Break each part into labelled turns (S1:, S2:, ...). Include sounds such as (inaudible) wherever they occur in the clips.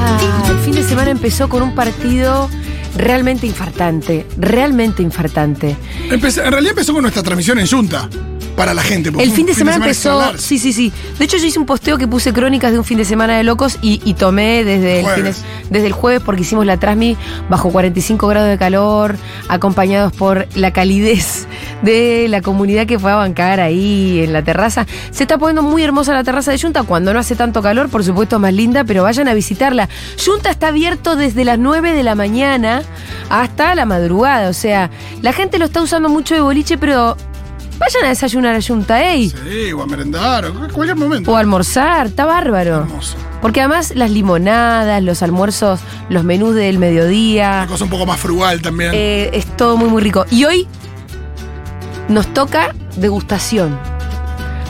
S1: Ah, empezó con un partido realmente infartante, realmente infartante.
S2: Empecé- en realidad empezó con nuestra transmisión en Junta. Para la gente. porque
S1: El
S2: fue
S1: fin
S2: un
S1: de semana empezó.
S2: estelar.
S1: Sí, sí, sí. De hecho, yo hice un posteo que puse crónicas de un fin de semana de locos y, y tomé desde el, fin de-
S2: Jueves.
S1: desde el jueves porque hicimos la Trasmi bajo 45 grados de calor, acompañados por la calidez de la comunidad que fue a bancar ahí en la terraza. Se está poniendo muy hermosa la terraza de Junta cuando no hace tanto calor, por supuesto, más linda, pero vayan a visitarla. Junta está abierto desde las 9 de la mañana hasta la madrugada. O sea, la gente lo está usando mucho de boliche, pero. Vayan a desayunar a Junta, ey
S2: Sí, o a merendar, o en cualquier momento.
S1: o almorzar, está bárbaro.
S2: Hermoso.
S1: Porque además las limonadas, los almuerzos, los menús del mediodía,
S2: Una cosa un poco más frugal también.
S1: eh, es todo muy muy rico. Y hoy nos toca degustación.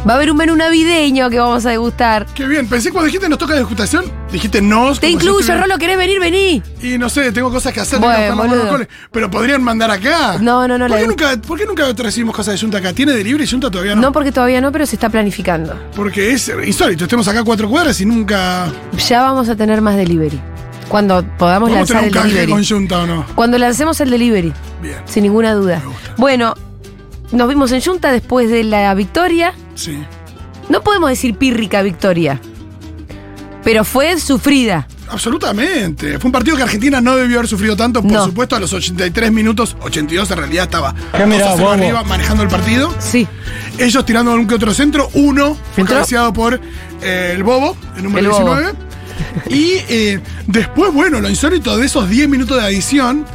S1: Va a haber un menú navideño que vamos a degustar.
S2: Qué bien, pensé cuando dijiste nos toca degustación, dijiste nos.
S1: Te
S2: como si
S1: incluyo,
S2: estuviera-
S1: Rolo, ¿querés venir? Vení.
S2: Y no sé, tengo cosas que hacer.
S1: Bueno,
S2: tengo que armar
S1: boludo.
S2: los coles, pero podrían mandar acá.
S1: No, no, no,
S2: ¿Por
S1: la-
S2: qué, nunca, ¿Por qué nunca recibimos cosas de Junta acá? ¿Tiene delivery Junta todavía no?
S1: No porque todavía no, pero se está planificando.
S2: Porque es insólito, estemos acá a cuatro cuadras y nunca.
S1: Ya vamos a tener más delivery. Cuando podamos
S2: ¿Podemos
S1: lanzar
S2: tener un
S1: el
S2: canje
S1: delivery.
S2: con Junta o no?
S1: Cuando lancemos el delivery.
S2: Bien,
S1: Sin ninguna duda.
S2: Me gusta.
S1: Bueno, nos vimos en Junta después de la victoria.
S2: sí.
S1: No podemos decir pírrica victoria, pero fue sufrida.
S2: Absolutamente. Fue un partido que Argentina no debió haber sufrido tanto. Por
S1: No.
S2: supuesto, a los 83 minutos, 82 en realidad estaba.
S3: ¿Qué mirá,
S2: 2 a 0
S3: bobo?
S2: arriba manejando el partido.
S1: Sí.
S2: Ellos tirando algún que otro centro. Uno fue
S1: Entró.
S2: cabeceado por eh, el Bobo, el número
S1: El Bobo.
S2: 19. Y eh, después, bueno, lo insólito de esos 10 minutos de adición,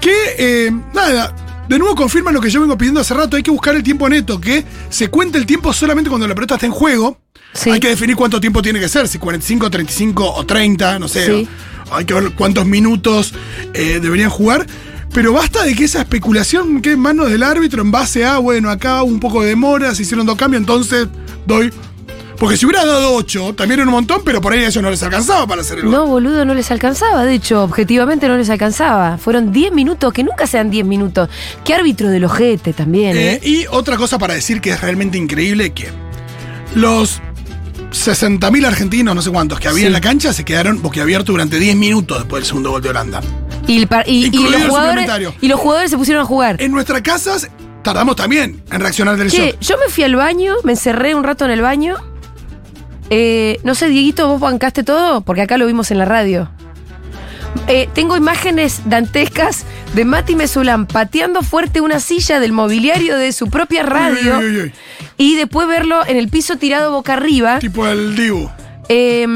S2: que eh, nada, de nuevo confirma lo que yo vengo pidiendo hace rato, hay que buscar el tiempo neto, que se cuenta el tiempo solamente cuando la pelota está en juego.
S1: Sí.
S2: Hay que definir cuánto tiempo tiene que ser, si 45, 35 o 30, no sé.
S1: Sí.
S2: o- Hay que ver cuántos minutos eh, deberían jugar. Pero basta de que esa especulación quede en manos del árbitro en base a, bueno, acá hubo un poco de demora, se hicieron dos cambios, entonces doy. Porque si hubiera dado 8, también era un montón, pero por ahí a ellos no les alcanzaba para hacer el gol.
S1: No, boludo, no les alcanzaba. De hecho, objetivamente no les alcanzaba. Fueron 10 minutos, que nunca sean 10 minutos. Qué árbitro del ojete también, ¿eh?
S2: Eh, y otra cosa para decir que es realmente increíble que los 60.000 argentinos, no sé cuántos, que había
S1: Sí.
S2: en la cancha se quedaron boquiabiertos durante 10 minutos después del segundo gol de Holanda.
S1: Y, el par- y- y
S2: incluido
S1: los
S2: el
S1: jugadores,
S2: suplementario.
S1: y los jugadores se pusieron a jugar.
S2: En nuestras casas tardamos también en reaccionar del
S1: Che,
S2: shock.
S1: yo me fui al baño, me encerré un rato en el baño. Eh, no sé, Dieguito, ¿vos bancaste todo? Porque acá lo vimos en la radio. Eh, tengo imágenes dantescas de Mati Mesulán pateando fuerte una silla del mobiliario de su propia radio
S2: Uy, uy, uy, uy.
S1: y después verlo en el piso tirado boca arriba.
S2: Tipo el Dibu.
S1: Eh,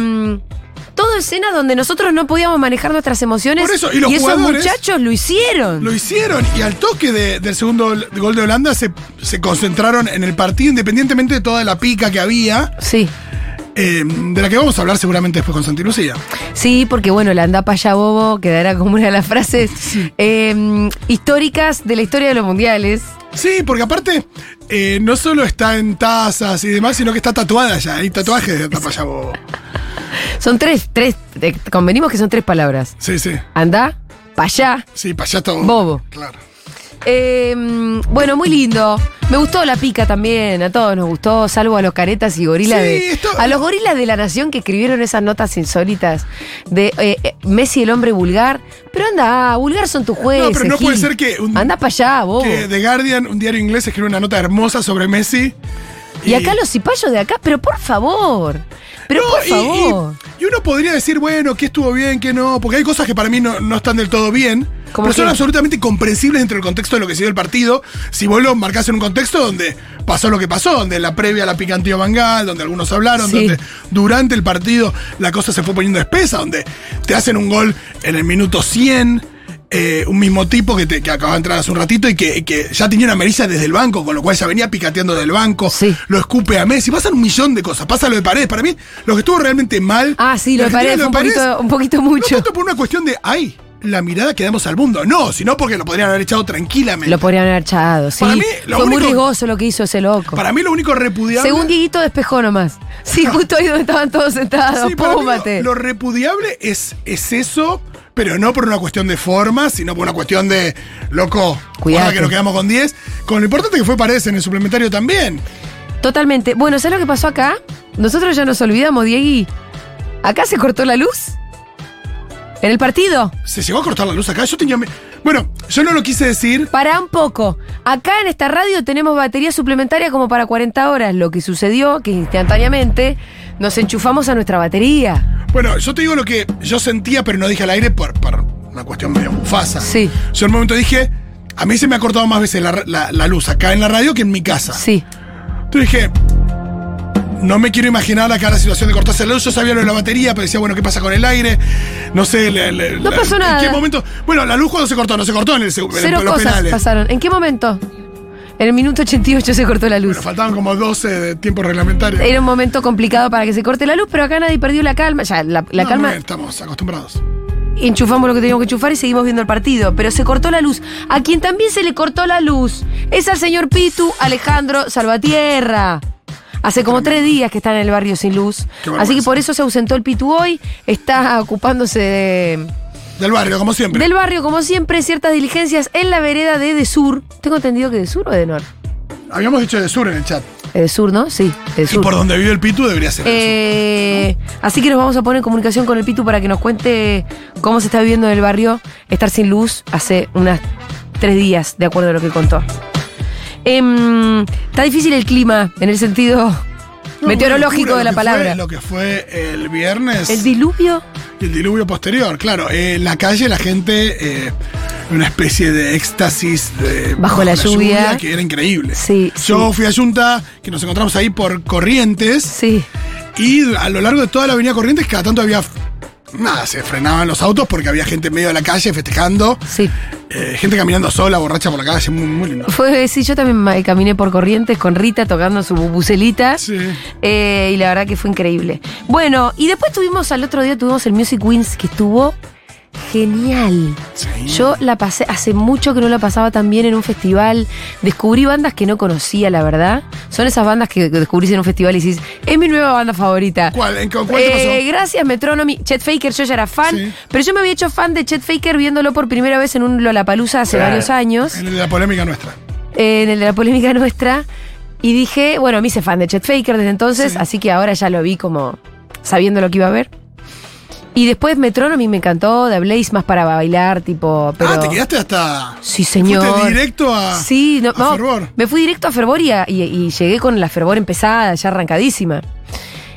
S1: todo escena donde nosotros no podíamos manejar nuestras emociones
S2: Por eso, y los
S1: esos
S2: jugadores-
S1: muchachos lo hicieron.
S2: Lo hicieron y al toque de- del segundo gol- gol de Holanda se, se concentraron en el partido, independientemente de toda la pica que había,
S1: Sí.
S2: eh, de la que vamos a hablar seguramente después con Santi Lucía.
S1: Sí, porque bueno, la anda para allá bobo quedará como una de las
S2: (laughs)
S1: frases eh, históricas de la historia de los mundiales.
S2: Sí, porque aparte eh, no solo está en tazas y demás, sino que está tatuada ya. Hay tatuajes de Tapayabobo.
S1: Son tres, tres, eh, convenimos que son tres palabras.
S2: Sí, sí.
S1: Anda, para allá.
S2: Sí, payato.
S1: Bobo.
S2: Claro.
S1: Eh, bueno, muy lindo. Me gustó la pica también, a todos nos gustó, salvo a los caretas y gorilas
S2: Sí,
S1: de.
S2: esto-
S1: A los gorilas de la nación que escribieron esas notas insólitas de eh, eh, Messi el hombre vulgar. Pero anda, vulgar son tus jueces.
S2: pero no puede
S1: Gil.
S2: ser que un-
S1: Anda para allá, bobo.
S2: Que The Guardian, un diario inglés, escribió una nota hermosa sobre Messi.
S1: Y acá los cipayos de acá, pero por favor. Pero
S2: No,
S1: por
S2: y- y-
S1: favor.
S2: Y, uno podría decir, bueno, que estuvo bien, que no, porque hay cosas que para mí no, no están del todo bien,
S1: ¿Cómo
S2: pero
S1: qué?
S2: son absolutamente comprensibles dentro del contexto de lo que se dio el partido. Si vos lo marcás en un contexto donde pasó lo que pasó, donde la previa la picantía Bangal, donde algunos hablaron,
S1: Sí.
S2: donde durante el partido la cosa se fue poniendo espesa, donde te hacen un gol en el minuto 100. eh, un mismo tipo que, te- que acaba de entrar hace un ratito y que, que ya tenía una merilla desde el banco, con lo cual ya venía picateando del banco
S1: Sí.
S2: lo escupe a Messi, pasan un millón de cosas, pasa lo de Paredes, para mí lo que estuvo realmente mal.
S1: Ah, sí, lo de
S2: la
S1: Paredes
S2: Argentina,
S1: fue un poquito, un poquito
S2: No
S1: mucho.
S2: tanto por una cuestión de, ay, la mirada que damos al mundo, no, sino porque lo podrían haber echado tranquilamente.
S1: Lo podrían haber echado, sí.
S2: Para mí,
S1: Fue
S2: lo
S1: muy
S2: único-
S1: riesgoso lo que hizo ese loco.
S2: para mí lo único repudiable...
S1: Según Dieguito despejó nomás. (laughs) Sí, justo ahí donde estaban todos sentados.
S2: Sí, para mí
S1: Púmate.
S2: lo, lo repudiable es, es eso, pero no por una cuestión de forma, sino por una cuestión de, loco,
S1: Cuidate.
S2: guarda que nos quedamos con 10, con lo importante que fue Paredes en el suplementario también.
S1: Totalmente. Bueno, ¿sabes lo que pasó acá? Nosotros ya nos olvidamos, Diegui. Acá se cortó la luz. ¿En el partido?
S2: Se llegó a cortar la luz acá. Yo tenía. me- Bueno, yo no lo quise decir.
S1: Para un poco. Acá en esta radio tenemos batería suplementaria como para 40 horas. Lo que sucedió que instantáneamente nos enchufamos a nuestra batería.
S2: Bueno, yo te digo lo que yo sentía, pero no dije al aire por, por una cuestión medio mufasa.
S1: Sí.
S2: Yo en un momento dije. A mí se me ha cortado más veces la, la- la luz acá en la radio que en mi casa.
S1: Sí.
S2: Entonces dije. No me quiero imaginar acá la situación de cortarse la luz. Yo sabía lo de la batería, pero decía, bueno, ¿qué pasa con el aire? No sé. le- le-
S1: No
S2: la-
S1: pasó nada.
S2: ¿En qué momento? Bueno, la luz cuando se cortó, no se cortó en el segundo.
S1: Cero
S2: los
S1: cosas
S2: penales.
S1: pasaron. ¿En qué momento? En el minuto 88 se cortó la luz.
S2: Bueno, faltaban como 12 de tiempo reglamentario.
S1: Era un momento complicado para que se corte la luz, pero acá nadie perdió la calma. Ya, la, la
S2: No,
S1: calma.
S2: muy bien, estamos acostumbrados.
S1: enchufamos lo que teníamos que enchufar y seguimos viendo el partido. Pero se cortó la luz. A quien también se le cortó la luz es al señor Pitu Alejandro Salvatierra. Hace como tres días que está en el barrio sin luz.
S2: Qué vergüenza.
S1: Así que por eso se ausentó el Pitu hoy. Está ocupándose de-
S2: Del barrio, como siempre.
S1: del barrio, como siempre, ciertas diligencias en la vereda de De Sur. Tengo entendido que de Sur o de Norte.
S2: Habíamos dicho de sur en el chat.
S1: Eh, De Sur, ¿no? Sí, de
S2: Y
S1: Sur.
S2: por donde vive el Pitu debería ser. del sur.
S1: Eh, así que nos vamos a poner en comunicación con el Pitu para que nos cuente cómo se está viviendo en el barrio estar sin luz hace unas tres días, de acuerdo a lo que contó. Em, está difícil el clima en el sentido (laughs)
S2: No,
S1: meteorológico
S2: una
S1: de la
S2: locura
S1: palabra.
S2: lo que fue- lo que fue el viernes
S1: El diluvio
S2: y el diluvio posterior, claro. eh, en la calle la gente, eh, una especie de éxtasis de-
S1: Bajo la lluvia.
S2: que era increíble.
S1: Sí,
S2: Yo
S1: sí.
S2: fui a Yunta, que nos encontramos ahí por Corrientes.
S1: Sí.
S2: Y a lo largo de toda la avenida Corrientes, cada tanto había. Nada, se frenaban los autos porque había gente en medio de la calle festejando.
S1: Sí,
S2: eh, gente caminando sola, borracha por la calle, muy, muy lindo.
S1: fue, sí, yo también ma- eh, caminé por Corrientes con Rita tocando su bubucelita.
S2: Sí.
S1: Eh, y la verdad que fue increíble. Bueno, y después tuvimos, al otro día tuvimos el Music Wins, que estuvo genial.
S2: Sí.
S1: Yo la pasé, hace mucho que no la pasaba tan bien en un festival. Descubrí bandas que no conocía, la verdad. Son esas bandas que descubrís en un festival y decís, es mi nueva banda favorita.
S2: ¿Cuál? ¿En cu- cuál te pasó?
S1: Eh, gracias, Metronomy. Chet Faker, yo ya era fan,
S2: Sí.
S1: pero yo me había hecho fan de Chet Faker viéndolo por primera vez en un Lollapalooza hace
S3: Claro.
S1: varios años eh,
S2: En la polémica nuestra. Ah,
S1: en el de la polémica nuestra y dije, bueno, me hice fan de Chet Faker desde entonces,
S2: Sí.
S1: así que ahora ya lo vi como sabiendo lo que iba a ver. Y después Metronomy me encantó, The Blaze más para bailar, tipo, pero
S2: Ah, te quedaste hasta.
S1: Sí, señor.
S2: Fuiste directo a.
S1: Sí, no,
S2: a
S1: no,
S2: Fervor.
S1: me fui directo a Fervor y, a- y- y llegué con la Fervor empezada, ya arrancadísima.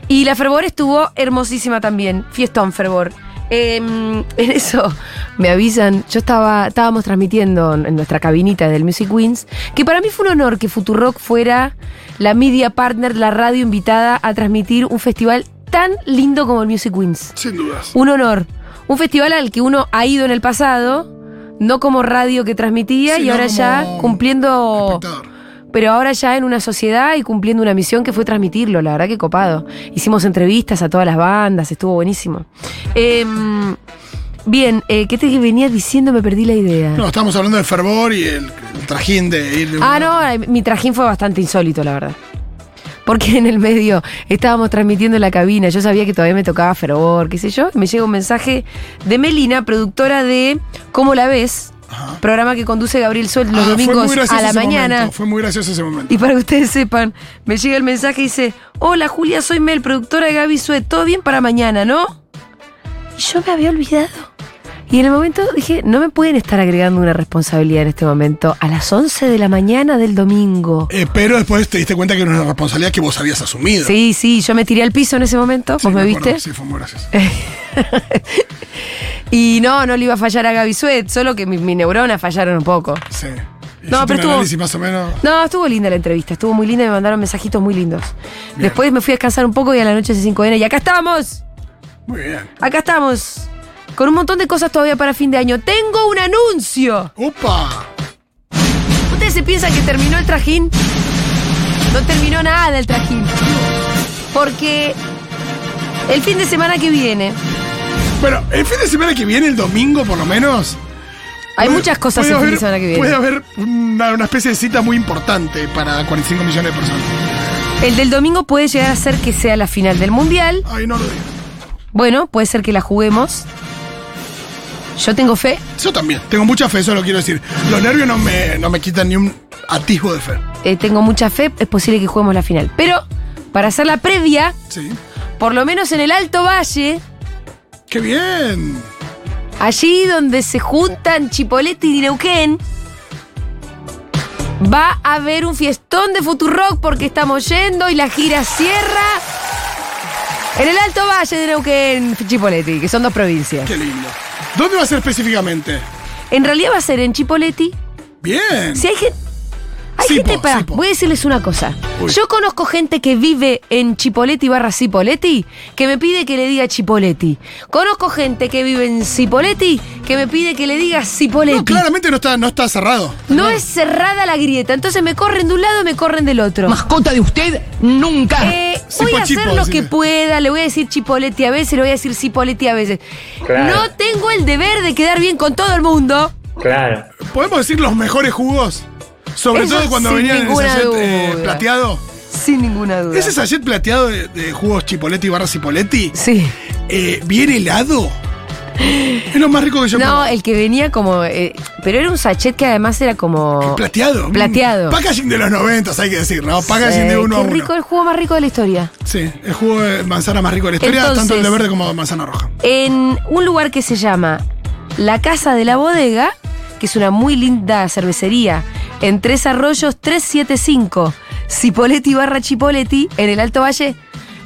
S1: Y la Fervor estuvo hermosísima también, fiestón Fervor. Eh, (laughs) en eso me avisan, yo estaba, estábamos transmitiendo en nuestra cabinita del Music Wins, que para mí fue un honor que Futurock fuera la media partner, la radio invitada a transmitir un festival tan lindo como el Music Wins.
S2: Sin dudas.
S1: Un honor. Un festival al que uno ha ido en el pasado, no como radio que transmitía
S2: Sí,
S1: y
S2: no
S1: ahora
S2: como
S1: ya cumpliendo.
S2: Espectador.
S1: Pero ahora ya en una sociedad y cumpliendo una misión que fue transmitirlo, la verdad que copado. Hicimos entrevistas a todas las bandas, estuvo buenísimo. Em, bien, eh, ¿qué te venía diciendo? Me perdí la idea.
S2: No, estábamos hablando de fervor y el, el trajín de ir de
S1: Ah, no, mi trajín fue bastante insólito, la verdad. Porque en el medio estábamos transmitiendo en la cabina, yo sabía que todavía me tocaba fervor, qué sé yo. y Me llega un mensaje de Melina, productora de ¿Cómo la ves?
S2: Ajá.
S1: Programa que conduce Gabriel Suel los
S2: Ah, fue muy
S1: domingos
S2: gracioso
S1: a la
S2: ese
S1: mañana.
S2: momento, Fue muy gracioso ese momento.
S1: Y para que ustedes sepan, me llega el mensaje y dice, hola Julia, soy Mel, productora de Gaby Sue, todo bien para mañana, ¿no? Yo me había olvidado. Y en el momento dije, no me pueden estar agregando una responsabilidad en este momento, a las 11 de la mañana del domingo.
S2: Eh, pero después te diste cuenta que era una responsabilidad que vos habías asumido.
S1: Sí, sí, yo me tiré al piso en ese momento,
S2: Sí,
S1: vos me,
S2: acuerdo,
S1: viste. Eh.
S2: Sí, fue muy gracioso.
S1: Y no, no le iba a fallar a Gaby Suet, solo que mi- mis neuronas fallaron un poco.
S2: Sí. Hiciste
S1: pero
S2: un
S1: estuvo-
S2: análisis más o menos.
S1: No, estuvo linda la entrevista, estuvo muy linda, me mandaron mensajitos muy lindos. Después me fui a descansar un poco y a la noche es 5N y acá estamos.
S2: Muy bien.
S1: Acá estamos. Con un montón de cosas todavía para fin de año. Tengo un anuncio.
S2: ¡Upa!
S1: ¿Ustedes se piensan que terminó el trajín? No terminó nada el trajín. Porque el fin de semana que viene
S2: Bueno, el fin de semana que viene, el domingo por lo menos.
S1: hay
S2: puede-
S1: muchas cosas
S2: puede
S1: el fin de
S2: haber-
S1: semana que
S2: Puede
S1: viene.
S2: haber una, una especie de cita muy importante para 45 millones de personas.
S1: El del domingo puede llegar a ser que sea la final del mundial.
S2: Ay, no lo digo.
S1: Bueno, puede ser que la juguemos. Yo tengo fe.
S2: Yo también. Tengo mucha fe, eso lo quiero decir. Los nervios no me, no me quitan ni un atisbo de fe.
S1: eh, tengo mucha fe. Es posible que juguemos la final. Pero para hacer la previa,
S2: Sí.
S1: por lo menos en el Alto Valle,
S2: ¡Qué bien!
S1: Allí donde se juntan Chipolete y Neuquén, va a haber un fiestón de Futurock porque estamos yendo y la gira cierra en el Alto Valle de Neuquén, Chipoleti, que son dos provincias.
S2: Qué lindo. ¿Dónde va a ser específicamente?
S1: En realidad va a ser en Chipoleti.
S2: Bien.
S1: Si hay gente. Hay
S2: Sí,
S1: gente
S2: po,
S1: para.
S2: sí, po.
S1: voy a decirles una cosa.
S3: Uy.
S1: Yo conozco gente que vive en Chipoleti barra Cipoleti que me pide que le diga Chipoleti. Conozco gente que vive en Cipoleti que me pide que le diga Cipoleti.
S2: No, claramente no está, no está cerrado.
S1: No es cerrada la grieta, entonces me corren de un lado, me corren del otro.
S4: Mascota de usted, nunca.
S1: Eh,
S2: Sí,
S1: voy a
S2: Pachipo,
S1: hacer lo que
S2: decime.
S1: pueda, le voy a decir chipoleti a veces, le voy a decir cipoleti a veces. No tengo el deber de quedar bien con todo el mundo.
S5: Claro.
S2: ¿Podemos decir los mejores jugos? Sobre
S1: Eso
S2: todo cuando
S1: sin
S2: venían en el
S1: ninguna
S2: sachet eh,
S1: duda.
S2: plateado.
S1: Sin ninguna duda.
S2: Ese sachet plateado de, de jugos Chipoletti barra Chipoletti,
S1: Sí.
S2: eh, bien helado. Es lo más rico que yo
S1: No,
S2: probé.
S1: el que venía como. eh, pero era un sachet que además era como.
S2: Plateado. Mm,
S1: Plateado.
S2: Packaging de los 90, hay que decir, ¿no? Packaging
S1: Eh,
S2: de uno a
S1: qué
S2: uno.
S1: rico, el jugo más rico de la historia.
S2: Sí, el jugo de manzana más rico de la historia,
S1: Entonces-
S2: tanto el de verde como de manzana roja.
S1: En un lugar que se llama La Casa de la Bodega, que es una muy linda cervecería, en Tres Arroyos 375, Cipoletti barra Chipoletti, en el Alto Valle.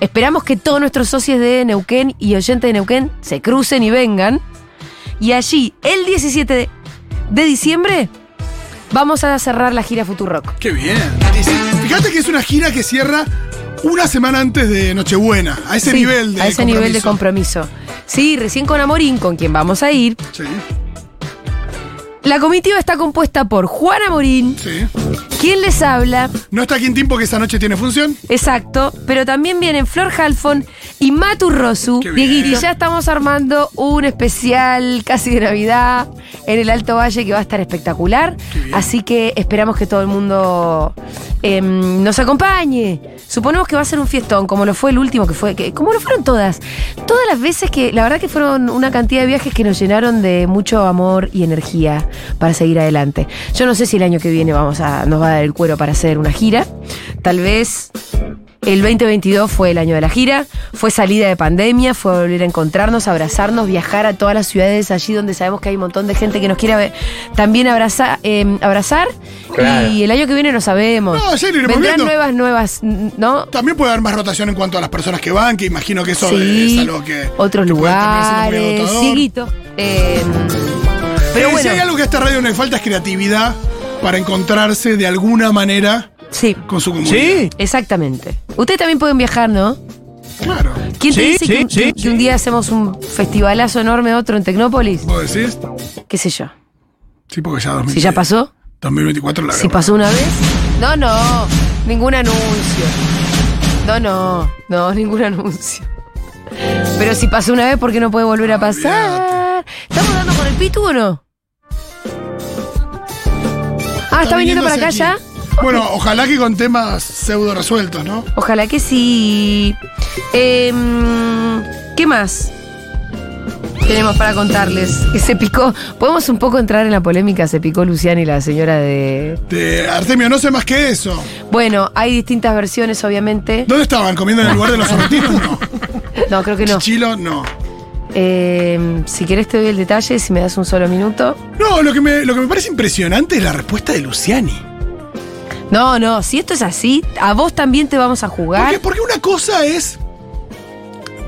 S1: Esperamos que todos nuestros socios de Neuquén y oyentes de Neuquén se crucen y vengan. Y allí, el 17 de, de diciembre, vamos a cerrar la gira Futurock.
S2: Qué bien. Fíjate que es una gira que cierra una semana antes de Nochebuena, a ese
S1: Sí,
S2: nivel de
S1: a ese nivel de compromiso. Sí, recién con Amorín, con quien vamos a ir.
S2: Sí,
S1: La comitiva está compuesta por Juan Amorín,
S2: sí.
S1: quien les habla,
S2: No está Quintín porque esa noche tiene función.
S1: exacto, pero también vienen Flor Halfon y Matu Rosu.
S2: Qué bien.
S1: Dieguito, Y ya estamos armando un especial casi de Navidad en el Alto Valle que va a estar espectacular. Así que esperamos que todo el mundo em, nos acompañe. Suponemos que va a ser un fiestón, como lo fue el último, que fue, que- como lo fueron todas. Todas las veces que, la verdad que fueron una cantidad de viajes que nos llenaron de mucho amor y energía para seguir adelante. Yo no sé si el año que viene vamos a, nos va a dar el cuero para hacer una gira. Tal vez el 2022 fue el año de la gira, fue salida de pandemia, fue volver a encontrarnos, abrazarnos, viajar a todas las ciudades allí donde sabemos que hay un montón de gente que nos quiere ver- también abraza- eh, abrazar.
S5: Claro.
S1: Y el año que viene no sabemos.
S2: No, ya iremos
S1: Vendrán
S2: viendo.
S1: nuevas, nuevas, n- ¿no?
S2: También puede haber más rotación en cuanto a las personas que van, que imagino que eso
S1: Sí,
S2: es algo que.
S1: otros
S2: que puede terminar siendo muy
S1: lugares,
S2: agotador.
S1: cieguito. Eh, pero
S2: Eh,
S1: bueno,
S2: Si hay algo que a esta radio no le falta es creatividad para encontrarse de alguna manera
S1: sí,
S2: con su comunidad.
S3: Sí,
S1: exactamente. Ustedes también pueden viajar, ¿no?
S2: Claro.
S1: ¿Quién te
S3: Sí,
S1: dice
S3: sí,
S1: que, un-
S3: sí,
S1: que un día hacemos un festivalazo enorme, otro en Tecnópolis?
S2: ¿Vos decís?
S1: ¿Qué sé yo?
S2: Sí, porque ya 2000,
S1: Si ya pasó.
S2: 2024 la
S1: Si
S2: grabamos.
S1: pasó una vez. No, no. Ningún anuncio. No, no. No, (laughs) ningún anuncio. Pero si pasó una vez, ¿por qué no puede volver a pasar? ¿Estamos dando con el pitu o no? Ah, ¿está viniendo para acá
S2: viniéndose
S1: ya?
S2: aquí. Bueno, ojalá que con temas pseudo resueltos, ¿no?
S1: Ojalá que sí. Em, ¿Qué más? Tenemos para contarles que se picó. Podemos un poco entrar en la polémica. Se picó Luciana y la señora de.
S2: De Artemio, no sé más que eso.
S1: Bueno, hay distintas versiones, obviamente.
S2: ¿Dónde estaban? ¿Comiendo en el lugar de los sorrentinos? No.
S1: No, creo que (laughs) no.
S2: Chilo, no.
S1: Eh, si querés te doy el detalle, si me das un solo minuto.
S2: No, lo que, me, lo que me parece impresionante es la respuesta de Luciani.
S1: No, no, si esto es así, a vos también te vamos a
S2: Porque,
S1: jugar.
S2: porque una cosa es.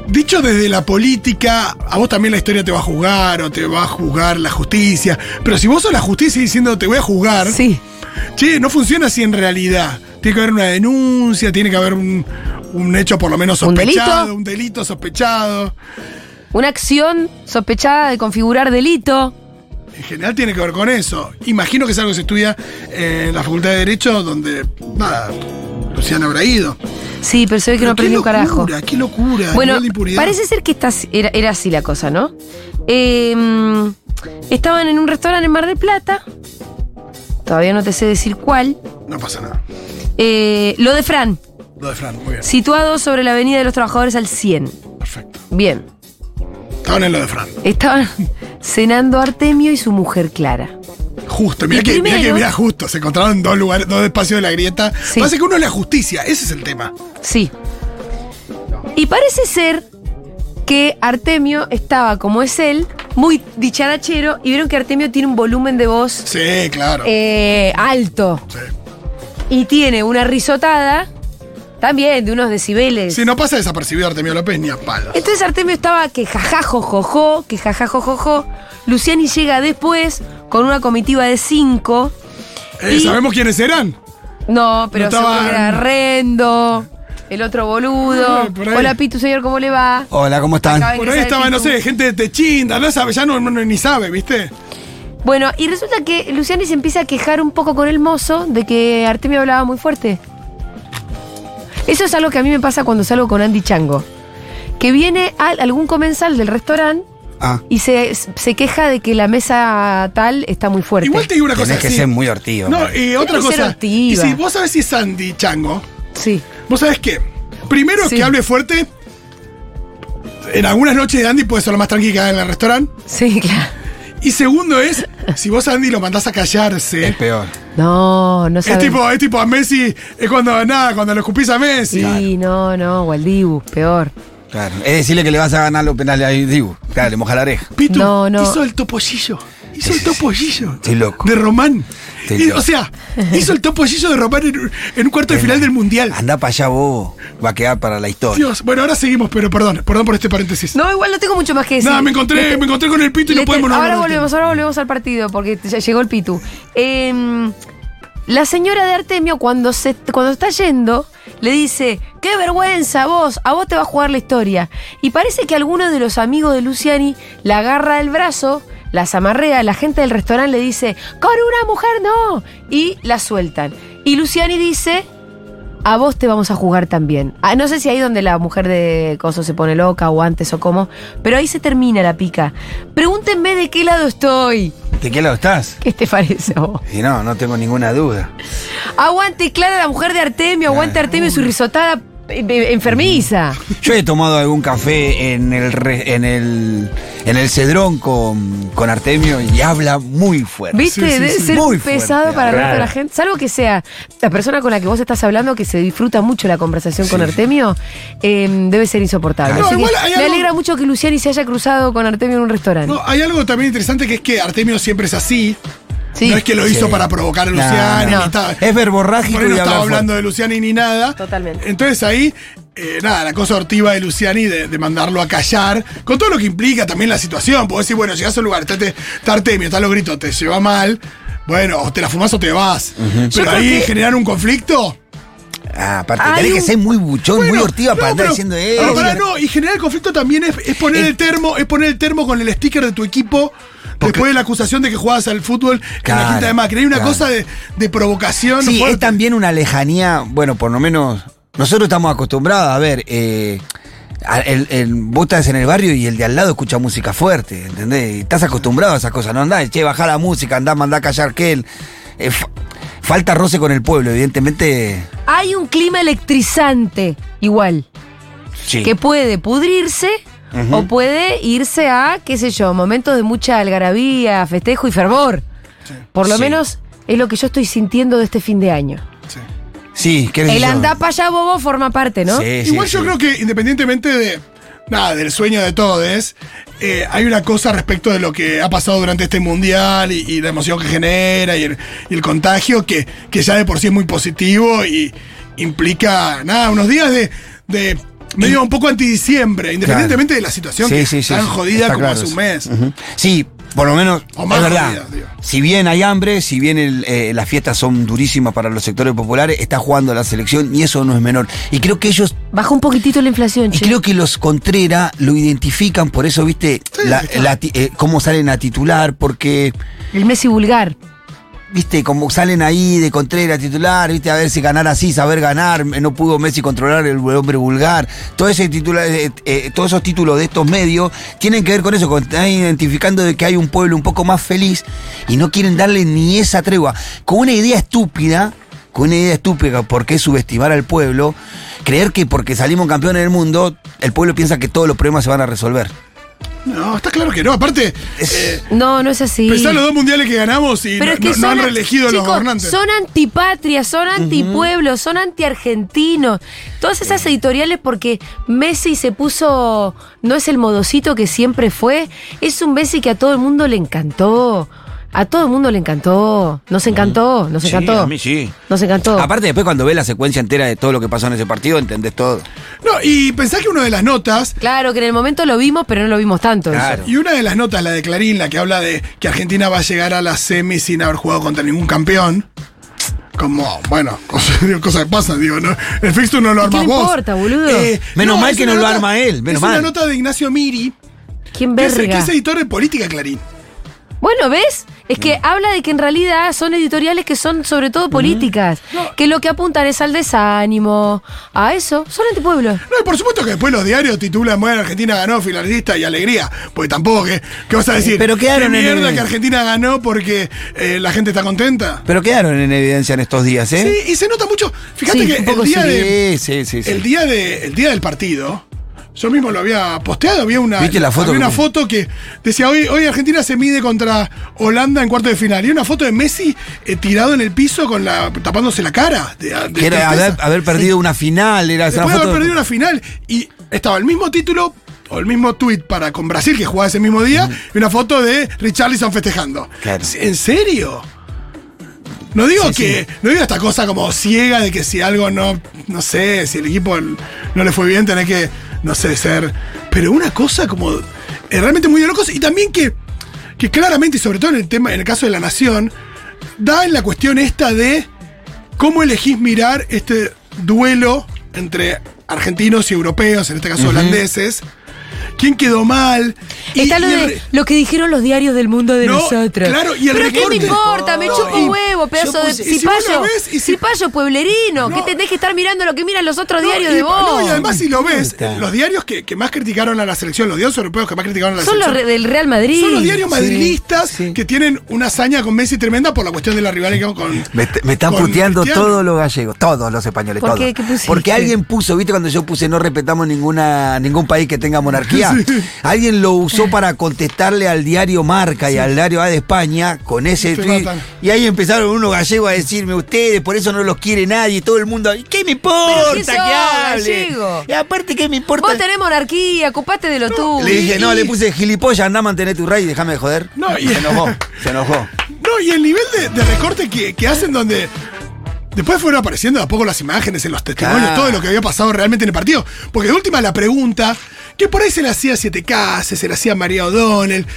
S2: Dicho desde la política, a vos también la historia te va a juzgar o te va a juzgar la justicia. Pero si vos sos la justicia diciendo te voy a juzgar,
S1: Sí,
S2: che, no funciona así en realidad. Tiene que haber una denuncia, tiene que haber un, un hecho por lo menos
S1: ¿Un delito?
S2: sospechado, un delito sospechado.
S1: una acción sospechada de configurar delito.
S2: En general tiene que ver con eso. Imagino que es algo que se estudia en la Facultad de Derecho, donde, nada, Luciana habrá ido.
S1: Sí, pero se ve que no aprendí
S2: qué
S1: un carajo.
S2: locura, qué locura.
S1: Bueno,
S2: nivel de impunidad.
S1: parece ser que esta era, era así la cosa, ¿no? Eh, estaban en un restaurante en Mar del Plata. Todavía no te sé decir cuál.
S2: No pasa nada.
S1: Eh, lo de Fran,
S2: Lo de Fran, muy bien.
S1: situado sobre la Avenida de los Trabajadores al 100.
S2: Perfecto.
S1: Bien.
S2: Estaban en lo de Fran.
S1: Estaban cenando Artemio y su mujer Clara.
S2: Justo, mirá
S1: Y
S2: que, mirá
S1: primero-
S2: que mirá justo. Se encontraron dos lugares, dos espacios de la grieta.
S1: Sí.
S2: Pasa que uno es la justicia, ese es el tema.
S1: Sí. Y parece ser que Artemio estaba como es él, muy dicharachero. Y vieron que Artemio tiene un volumen de voz
S2: Sí, claro.
S1: eh, alto.
S2: Sí.
S1: Y tiene una risotada también de unos decibeles.
S2: Si no pasa desapercibido Artemio López ni a palo.
S1: Entonces Artemio estaba que jajajojojo, que jajajojojo. Luciani llega después con una comitiva de cinco.
S2: Eh,
S1: y-
S2: ¿Sabemos quiénes eran?
S1: No, pero
S2: No estaban-
S1: seguro que era Rendo, el otro boludo.
S2: Eh, por ahí. Ah,
S1: Hola Pitu, señor, ¿cómo le va?
S3: Hola, ¿cómo están?
S1: Acaba de
S2: Por ahí
S1: ingresar
S2: estaba,
S1: Pitu.
S2: no sé, gente de Techín, no sabe, ya no, no- no- ni sabe, ¿viste?
S1: Bueno, y resulta que Luciani se empieza a quejar un poco con el mozo de que Artemio hablaba muy fuerte. Eso es algo que a mí me pasa cuando salgo con Andy Chango. Que viene al- algún comensal del restaurante
S3: Ah,
S1: y se, se queja de que la mesa tal está muy fuerte.
S2: Igual te digo una cosa.
S3: tenés que
S2: sí.
S3: ser muy hortivo.
S2: No,
S1: eh.
S3: man.
S2: y otra
S1: que ser
S2: cosa. Y
S1: activa.
S2: si vos sabés si es Sandy Chango,
S1: Sí.
S2: vos sabés que primero es
S1: Sí.
S2: que hable fuerte. En algunas noches de Andy puede ser lo más tranquila en el restaurante.
S1: Sí, (laughs) claro.
S2: Y segundo es, si vos a Andy lo mandás a callarse.
S3: (laughs) es peor.
S1: No, no
S2: Es
S1: sabes.
S2: tipo, es tipo a Messi, es cuando nada, cuando lo escupís a Messi.
S1: Sí, no, no, Waldibu, peor.
S3: Claro. Es decirle que le vas a ganar los penales a Dibu. Claro, le moja la oreja.
S2: Pitu
S1: No, no.
S2: hizo el topollillo. Hizo el topollillo.
S3: Estoy loco.
S2: De Román.
S3: Estoy
S2: Y, o
S3: loco.
S2: sea, hizo el topollillo de Román en, en un cuarto de final del Mundial.
S1: ah,
S3: Anda para allá, bobo. Va a quedar para la historia.
S2: Dios, bueno, ahora seguimos, pero perdón, perdón por este paréntesis.
S1: No, igual no tengo mucho más que decir.
S2: Nada, me encontré, me encontré con el Pitu y no
S1: Le-
S2: podemos no
S1: ahora
S2: hablar del
S1: volvemos, ahora volvemos al partido porque ya llegó el Pitu. Em, la señora de Artemio cuando se cuando está yendo le dice, "Qué vergüenza vos, a vos te va a jugar la historia." Y parece que alguno de los amigos de Luciani la agarra del brazo, la zamarrea, la gente del restaurante le dice, "Con una mujer no." Y la sueltan. Y Luciani dice, a vos te vamos a jugar también. Ah, no sé si ahí donde la mujer de Coso se pone loca o antes o cómo, pero ahí se termina la pica. Pregúntenme de qué lado estoy. (laughs)
S3: ¿De qué lado estás?
S1: ¿Qué te parece a vos?
S3: Y no, no tengo ninguna duda.
S1: Aguante, Clara, la mujer de Artemio, aguante Artemio y su risotada eh, eh, enfermiza.
S3: Yo he tomado algún café en el re- en el en el Cedrón con, con Artemio y habla muy fuerte.
S1: ¿Viste?
S2: Sí, sí,
S1: Debe
S2: sí.
S1: ser
S3: Muy
S1: pesado
S3: fuerte,
S1: para el resto de
S5: claro.
S1: la gente. Salvo que sea la persona con la que vos estás hablando, que se disfruta mucho la conversación con Artemio, eh, debe ser insoportable.
S2: No,
S1: Así que
S2: igual hay
S1: me
S2: algo-
S1: alegra mucho que Luciani se haya cruzado con Artemio en un restaurante.
S2: No, hay algo también interesante que es que Artemio siempre es así.
S1: Sí.
S2: No es que lo hizo para provocar a
S3: No,
S2: Luciani.
S1: no.
S2: ni estaba-
S3: Es verborrágico
S2: Por ahí no
S3: y habla
S2: estaba
S3: fuerte.
S2: hablando de Luciani ni nada.
S1: Totalmente.
S2: Entonces ahí, eh, nada, la cosa hortiva de Luciani de, de mandarlo a callar, con todo lo que implica también la situación. Podés decir, bueno, llegás a un lugar, está, te- está Artemio, está los gritos, te lleva mal. Bueno, o te la fumás o te vas. Pero
S1: creo
S2: ahí
S1: que-
S2: generar un conflicto.
S3: Ah, aparte,
S1: Hay
S3: tenés que
S1: un-
S3: ser muy buchón, muy
S2: Bueno,
S3: hortiva
S2: no,
S3: para andar
S2: pero-
S3: diciendo "Eh,
S2: pero
S3: eso.
S2: pará, no, y generar el conflicto también es, es poner el termo, es poner el termo con el sticker de tu equipo. Después de la acusación de que jugabas al fútbol en
S3: Claro,
S2: la quinta de Macri. Hay una
S3: claro.
S2: cosa de, de provocación.
S3: Sí,
S2: fuerte.
S3: es también una lejanía, bueno, por lo menos nosotros estamos acostumbrados a ver, eh, a- el, el- vos estás en el barrio y el de al lado escucha música fuerte, ¿entendés? Y estás acostumbrado a esas cosas, no andás, che, bajá la música, andá, mandá a callar que él. Eh, fa- falta roce con el pueblo, evidentemente,
S1: Hay un clima electrizante igual,
S3: sí.
S1: que puede pudrirse o puede irse a, qué sé yo, momentos de mucha algarabía, festejo y fervor. Por lo
S3: Sí.
S1: menos es lo que yo estoy sintiendo de este fin de año.
S2: Sí.
S3: Sí, qué sé
S1: El
S3: yo.
S1: andá para allá bobo forma parte, ¿no?
S3: Sí, sí,
S2: Igual yo
S3: sí.
S2: creo que independientemente de nada, del sueño de todos, eh, hay una cosa respecto de lo que ha pasado durante este mundial y, y la emoción que genera y el, y el contagio que, que ya de por sí es muy positivo y implica nada, unos días de, de medio un poco antidiciembre, independientemente de la situación que tan
S3: sí,
S2: jodida
S3: está
S2: como
S3: claro
S2: hace un
S3: eso.
S2: mes.
S3: Ujú. Sí, por lo menos,
S2: O más
S3: es verdad.
S2: jodida, digo.
S3: si bien hay hambre, si bien el, eh, las fiestas son durísimas para los sectores populares, está jugando la selección y eso no es menor. Y creo que ellos
S1: Baja un poquitito la inflación,
S3: y
S1: che.
S3: creo que los Contreras lo identifican, por eso, viste, la- la ti- eh, cómo salen a titular, porque,
S1: El Messi vulgar.
S3: viste, como salen ahí de Contreras a titular, viste, a ver si ganar así, saber ganar, eh, no pudo Messi controlar el hombre vulgar. Todo ese titular, eh, eh, todos esos títulos de estos medios tienen que ver con eso, con están identificando de que hay un pueblo un poco más feliz y no quieren darle ni esa tregua. Con una idea estúpida, con una idea estúpida, ¿por qué subestimar al pueblo? Creer que porque salimos campeones del mundo, el pueblo piensa que todos los problemas se van a resolver.
S2: No, está claro que no. Aparte,
S1: No, no es así.
S2: pensá en los dos mundiales que ganamos y no, no- no han
S1: a-
S2: reelegido a los
S1: chicos,
S2: gobernantes.
S1: Son antipatria, son antipueblo, son antiargentinos. Todas esas editoriales porque Messi se puso, no es el modosito que siempre fue, es un Messi que a todo el mundo le encantó. A todo el mundo le encantó. Nos encantó, nos
S3: Sí,
S1: encantó.
S3: a mí sí.
S1: Nos encantó.
S3: Aparte, después cuando ves la secuencia entera de todo lo que pasó en ese partido, entendés todo.
S2: No, y pensá que una de las notas
S1: claro que en el momento lo vimos, pero no lo vimos tanto. eso.
S3: Claro.
S2: Y una de las notas, la de Clarín, la que habla de que Argentina va a llegar a la semi sin haber jugado contra ningún campeón. Como, bueno, (laughs) cosas, digo, cosas que pasan, digo, ¿no? El fixture no lo
S1: ¿Y qué
S2: armas
S1: le
S2: vos. Eh,
S1: importa, boludo?
S3: Menos mal
S2: es
S3: que
S2: una
S3: no lo arma él, menos
S2: es una
S3: mal.
S2: nota de Ignacio Miri,
S1: ¿Quién
S2: que es, que
S1: verga?
S2: es editor de política Clarín.
S1: Bueno, ¿ves? Es
S2: Mm.
S1: que habla de que en realidad son editoriales que son sobre todo políticas, que lo que apuntan es al desánimo, a eso, son antipueblo.
S2: No, y por supuesto que después los diarios titulan, bueno, Argentina ganó, finalista y alegría. Porque tampoco que, ¿qué vas a decir.
S3: pero quedaron
S2: ¿Qué
S3: en
S2: mierda
S3: el-
S2: que Argentina ganó porque eh, la gente está contenta.
S3: Pero quedaron en evidencia en estos días, ¿eh?
S2: Sí, y se nota mucho. Fíjate
S1: Sí,
S2: que
S1: un
S2: el
S1: poco
S2: día
S1: sí.
S2: de.
S3: sí, sí. sí.
S2: El día, de, el día del partido, yo mismo lo había posteado, había una,
S3: ¿Viste la foto
S2: había
S3: que
S2: una
S3: puse?
S2: foto que decía, hoy, hoy Argentina se mide contra Holanda en cuarto de final. Y una foto de Messi eh, tirado en el piso con la tapándose la cara. De, de
S3: Que era
S2: tristeza.
S3: haber, haber perdido una final, era
S2: Después
S3: una
S2: de
S3: foto
S2: haber perdido una final. Y estaba el mismo título o el mismo tweet para con Brasil, que jugaba ese mismo día, y una foto de Richarlison festejando.
S3: Claro.
S2: ¿En serio? No digo que. No digo esta cosa como ciega de que si algo no. No sé, si el equipo no le fue bien, tenés que. No sé, ser. Pero una cosa como. eh, Realmente muy de locos. Y también que. Que claramente, y sobre todo en el tema, en el caso de la nación, da en la cuestión esta de. ¿Cómo elegís mirar este duelo entre argentinos y europeos, en este caso holandeses? ¿Quién quedó mal? Y-
S1: Está lo
S2: y el
S1: de
S2: re-
S1: lo que dijeron los diarios del mundo de
S2: No,
S1: nosotros.
S2: claro, y el
S1: Pero ¿qué me
S2: recorte.
S1: importa? Me
S2: No,
S1: chupo
S2: y
S1: un huevo, pedazo
S2: yo
S1: de
S2: puse- y si vos
S1: cipayo.
S2: lo ves, y si-
S1: Cipayo pueblerino,
S2: No.
S1: que tenés que estar mirando lo que miran los otros
S2: No,
S1: diarios
S2: y-
S1: de vos.
S2: no, y además, si lo ves,
S3: Puta.
S2: los diarios que, que más criticaron a la selección, los diarios europeos que más criticaron a la
S1: son los re-
S2: selección.
S1: del Real Madrid.
S2: son los diarios madridistas
S3: sí.
S2: que tienen una hazaña con Messi tremenda por la cuestión de la rivalidad con.
S3: Me, est- me están
S2: con
S3: puteando
S2: Cristiano.
S3: todos los gallegos, todos los españoles,
S1: ¿Por
S3: todos.
S1: qué? ¿Qué pusiste?
S3: Porque alguien puso, viste cuando yo puse no respetamos ninguna ningún país que
S2: (laughs)
S3: tenga monarquía, alguien lo usó para contestarle al diario Marca y al diario A de España con ese
S2: Te
S3: tweet.
S2: matan.
S3: Y ahí empezaron unos gallegos a decirme, ustedes por eso no los quiere nadie, todo el mundo, "¿Y ¿qué me importa
S1: ¿qué sos,
S3: que hable?
S1: gallego?
S3: Y aparte, ¿qué me importa?
S1: Vos tenés monarquía, ocupate de lo tuyo.
S3: Le dije, no, le puse gilipollas, anda a mantener tu rey, déjame de joder.
S2: No, y-
S3: se
S2: (laughs)
S3: enojó, se enojó.
S2: No, y el nivel de, de recorte que, que hacen donde. Después fueron apareciendo de a poco las imágenes en los testimonios,
S3: Claro.
S2: todo lo que había pasado realmente en el partido. Porque de última la pregunta, que por ahí se la hacía Siete Cases, se la hacía María O'Donnell.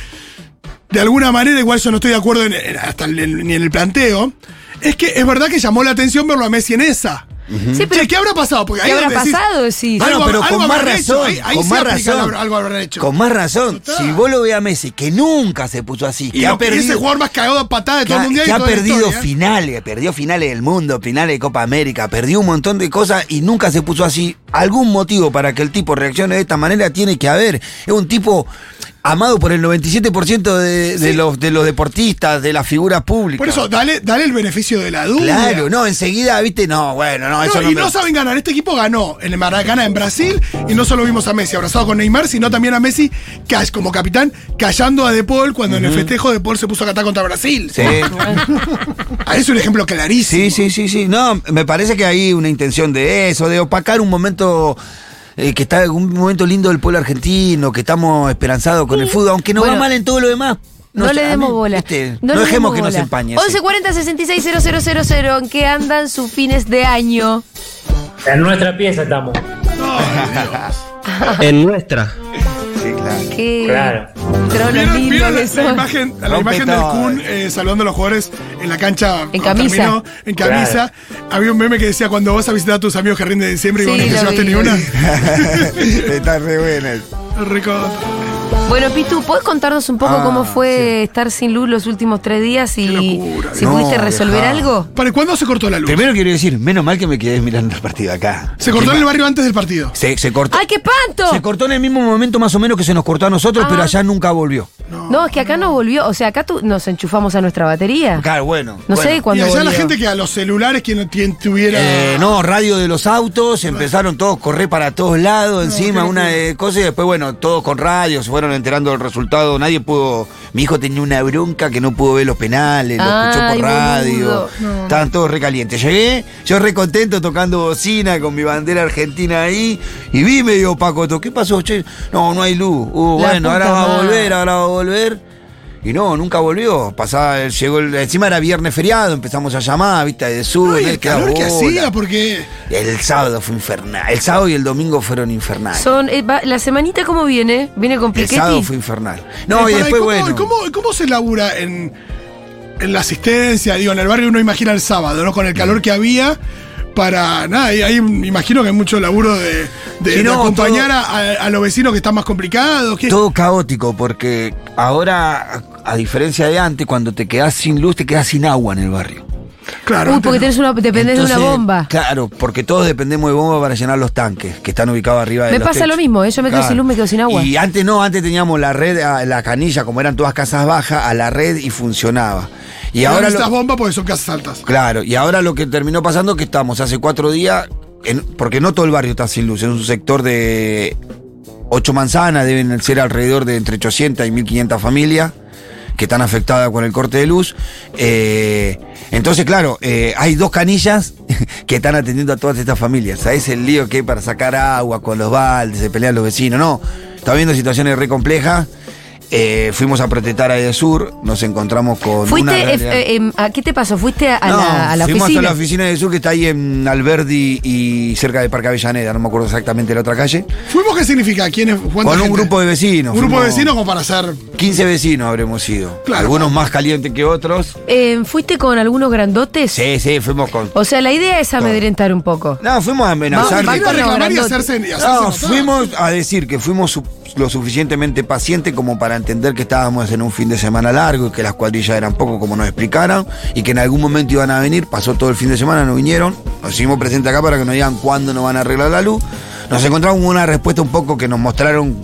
S2: De alguna manera, igual yo no estoy de acuerdo en- en- hasta en el- ni en el planteo. Es que es verdad que llamó la atención verlo a Messi en esa.
S1: Sí, pero
S2: Che, ¿Qué habrá pasado? Porque ahí
S1: ¿Qué habrá
S2: donde decís,
S1: pasado? Decís.
S3: Bueno,
S2: Algo-
S3: pero
S2: algo
S3: con más
S2: habrán hecho,
S3: razón.
S2: ahí- ahí
S3: con
S2: sí
S3: más
S2: aplica
S3: razón.
S2: la- algo habrán hecho.
S3: Con más razón.
S2: Total.
S3: Si vos lo ve a Messi, que nunca se puso así,
S2: y
S3: que
S2: lo-
S3: ha
S2: y ese
S3: perdido.
S2: jugador más cagado a patada de
S3: que
S2: todo
S3: ha,
S2: el mundial. y ¿eh?
S3: que ha
S2: toda la
S3: perdido
S2: historia.
S3: finales, perdió finales del mundo, finales de Copa América, perdió un montón de cosas y nunca se puso así. Algún motivo para que el tipo reaccione de esta manera tiene que haber. Es un tipo amado por el 97% de, de los, de los deportistas, de las figuras públicas.
S2: Por eso, dale, dale el beneficio de la duda.
S3: Claro, no, enseguida, viste, no, bueno, no, eso
S2: No,
S3: no,
S2: y
S3: me-
S2: no saben ganar. Este equipo ganó en el Maracaná en Brasil y no solo vimos a Messi abrazado con Neymar, sino también a Messi ca- como capitán callando a De Paul cuando en el festejo De Paul se puso a catar contra Brasil.
S3: Sí.
S2: Ah, es un ejemplo clarísimo.
S3: Sí, sí, sí, sí. No, me parece que hay una intención de eso, de opacar un momento eh, que está un momento lindo del pueblo argentino, que estamos esperanzados con el fútbol, aunque nos va
S1: Bueno,
S3: mal en todo lo demás.
S1: No,
S3: sé,
S1: le
S3: a mí,
S1: demos bola.
S3: viste,
S1: No
S3: No,
S1: le
S3: dejemos
S1: demos
S3: que nos
S1: bola.
S3: empañe. sí. (laughs)
S1: 1140 66 000, ¿en qué andan sus fines de año?
S5: En nuestra pieza estamos.
S6: En nuestra.
S1: ¿Qué
S5: Claro.
S1: tronos
S2: ¿Vieron,
S1: lindos
S2: vieron la,
S1: que son.
S2: la imagen, la
S3: Rompe
S2: imagen del
S3: todo.
S2: Kun eh, saludando a los jugadores en la cancha
S1: En
S2: cuando
S1: camisa.
S2: terminó, en camisa? Había un meme que decía cuando vas a visitar a tus amigos que rinden de diciembre y
S1: Sí,
S2: vos no te
S1: lo
S2: llevaste
S1: vi,
S2: ni
S1: lo
S2: una. (laughs)
S3: Está re buena.
S2: Rico.
S1: Bueno, Pitu, ¿puedes contarnos un poco
S3: Ah,
S1: cómo fue estar sin luz los últimos tres días y
S2: locura,
S1: si
S3: no,
S1: pudiste resolver
S3: dejá.
S1: algo?
S2: ¿Para cuándo se cortó la luz?
S3: Primero quiero decir, menos mal que me quedé mirando el partido acá.
S2: Se cortó en el barrio antes del partido.
S3: Se, se cortó.
S1: ¡Ay, qué panto!
S3: Se cortó en el mismo momento más o menos que se nos cortó a nosotros,
S1: Ah.
S3: pero allá nunca volvió.
S1: No, es que acá no volvió, o sea, acá tú- nos enchufamos a nuestra batería.
S3: Claro, bueno.
S1: Ah. No
S3: bueno.
S1: sé
S2: Y
S1: cuándo
S2: allá
S1: volvió.
S2: la gente que a los celulares quien, quien tuviera.
S3: Eh, no, radio de los autos, empezaron todos a correr para todos lados, encima una de cosas, y después, bueno, todos con radio, se fueron enterando del resultado. Nadie pudo. Mi hijo tenía una bronca que no pudo ver los penales, lo escuchó
S1: Ay,
S3: por radio.
S1: boludo. No, no.
S3: Estaban todos recalientes. Llegué, yo re contento tocando bocina con mi bandera argentina ahí. Y vi medio pacoto. ¿Qué pasó, che? No, no hay luz. Uh,
S1: La
S3: bueno, ahora
S1: puta
S3: va a
S1: madre.
S3: volver, ahora va a volver. Y no, nunca volvió. Pasaba, llegó el- encima era viernes feriado, empezamos a llamar, viste, de sur,
S2: Ay, el calor que hacía, porque.
S3: El sábado fue infernal. El sábado y el domingo fueron infernales.
S1: Son, eh, va- la semanita cómo viene, viene con
S3: el sábado fue
S1: piquetti.
S3: infernal. No,
S2: Pero
S3: y
S2: Eh, pará,
S3: después,
S2: ¿cómo,
S3: bueno.
S2: ¿cómo, cómo se labura en, en la asistencia? Digo, en el barrio uno imagina el sábado, ¿no? Con el
S3: Mm.
S2: calor que había. Para nada, y ahí me imagino que hay mucho laburo de, de-
S3: Sí,
S2: de
S3: no,
S2: acompañar
S3: todo-
S2: a, a- a los vecinos que están más complicados. que-
S3: Todo caótico, porque ahora, a, a diferencia de antes, cuando te quedás sin luz, te quedás sin agua en el barrio.
S2: Claro,
S1: Uy,
S2: antes
S1: porque
S2: no.
S1: tenés una, dependés
S3: Entonces,
S1: de una bomba.
S3: Claro, porque todos dependemos de bomba para llenar los tanques que están ubicados arriba de
S1: Me
S3: los
S1: pasa lo
S3: techos.
S1: mismo, ¿eh? Yo me quedo sin luz, me quedo sin agua.
S3: Y antes no, antes teníamos la red, a- la canilla, como eran todas casas bajas, a la red y funcionaba. Y
S2: Ahora
S3: ahora. lo-
S2: estas bombas porque son casas altas.
S3: Claro, y ahora lo que terminó pasando es que estamos hace cuatro días, en- porque no todo el barrio está sin luz, es un sector de ocho manzanas, deben ser alrededor de entre 800 y 1500 familias que están afectadas con el corte de luz. Eh, entonces, claro, eh, hay dos canillas (laughs) que están atendiendo a todas estas familias. ¿Sabés el lío que hay para sacar agua con los baldes, se pelean los vecinos? No, está viendo situaciones re complejas. Eh, fuimos a protestar a de sur, nos encontramos con... una
S1: ¿Fuiste,
S3: realidad-
S1: eh, eh, ¿a qué te pasó? ¿Fuiste a, a
S3: no,
S1: la, a la
S3: fuimos
S1: oficina?
S3: a la oficina de Sur que está ahí en Alberdi y cerca de Parque Avellaneda, no me acuerdo exactamente la otra calle.
S2: ¿Fuimos qué significa? ¿Quién es?
S3: Con un grupo de vecinos.
S2: Un grupo
S3: fuimos-
S2: de vecinos como para hacer.
S3: 15 vecinos habremos ido.
S2: Claro.
S3: Algunos más calientes que otros.
S1: Eh, ¿Fuiste con algunos grandotes?
S3: Sí, sí, fuimos con.
S1: O sea, la idea es amedrentar un poco.
S3: No, fuimos a amenazar.
S1: Va- va
S2: Van
S3: que-
S2: a
S1: con los
S2: reclamar y
S1: grandotes.
S2: hacerse. y hacerse
S3: No,
S2: notar.
S3: fuimos a decir que fuimos su- lo suficientemente pacientes como para entender que estábamos en un fin de semana largo y que las cuadrillas eran poco como nos explicaron y que en algún momento iban a venir. Pasó todo el fin de semana, no vinieron. Nos hicimos presentes acá para que nos digan cuándo nos van a arreglar la luz. Nos encontramos con una respuesta un poco que nos mostraron.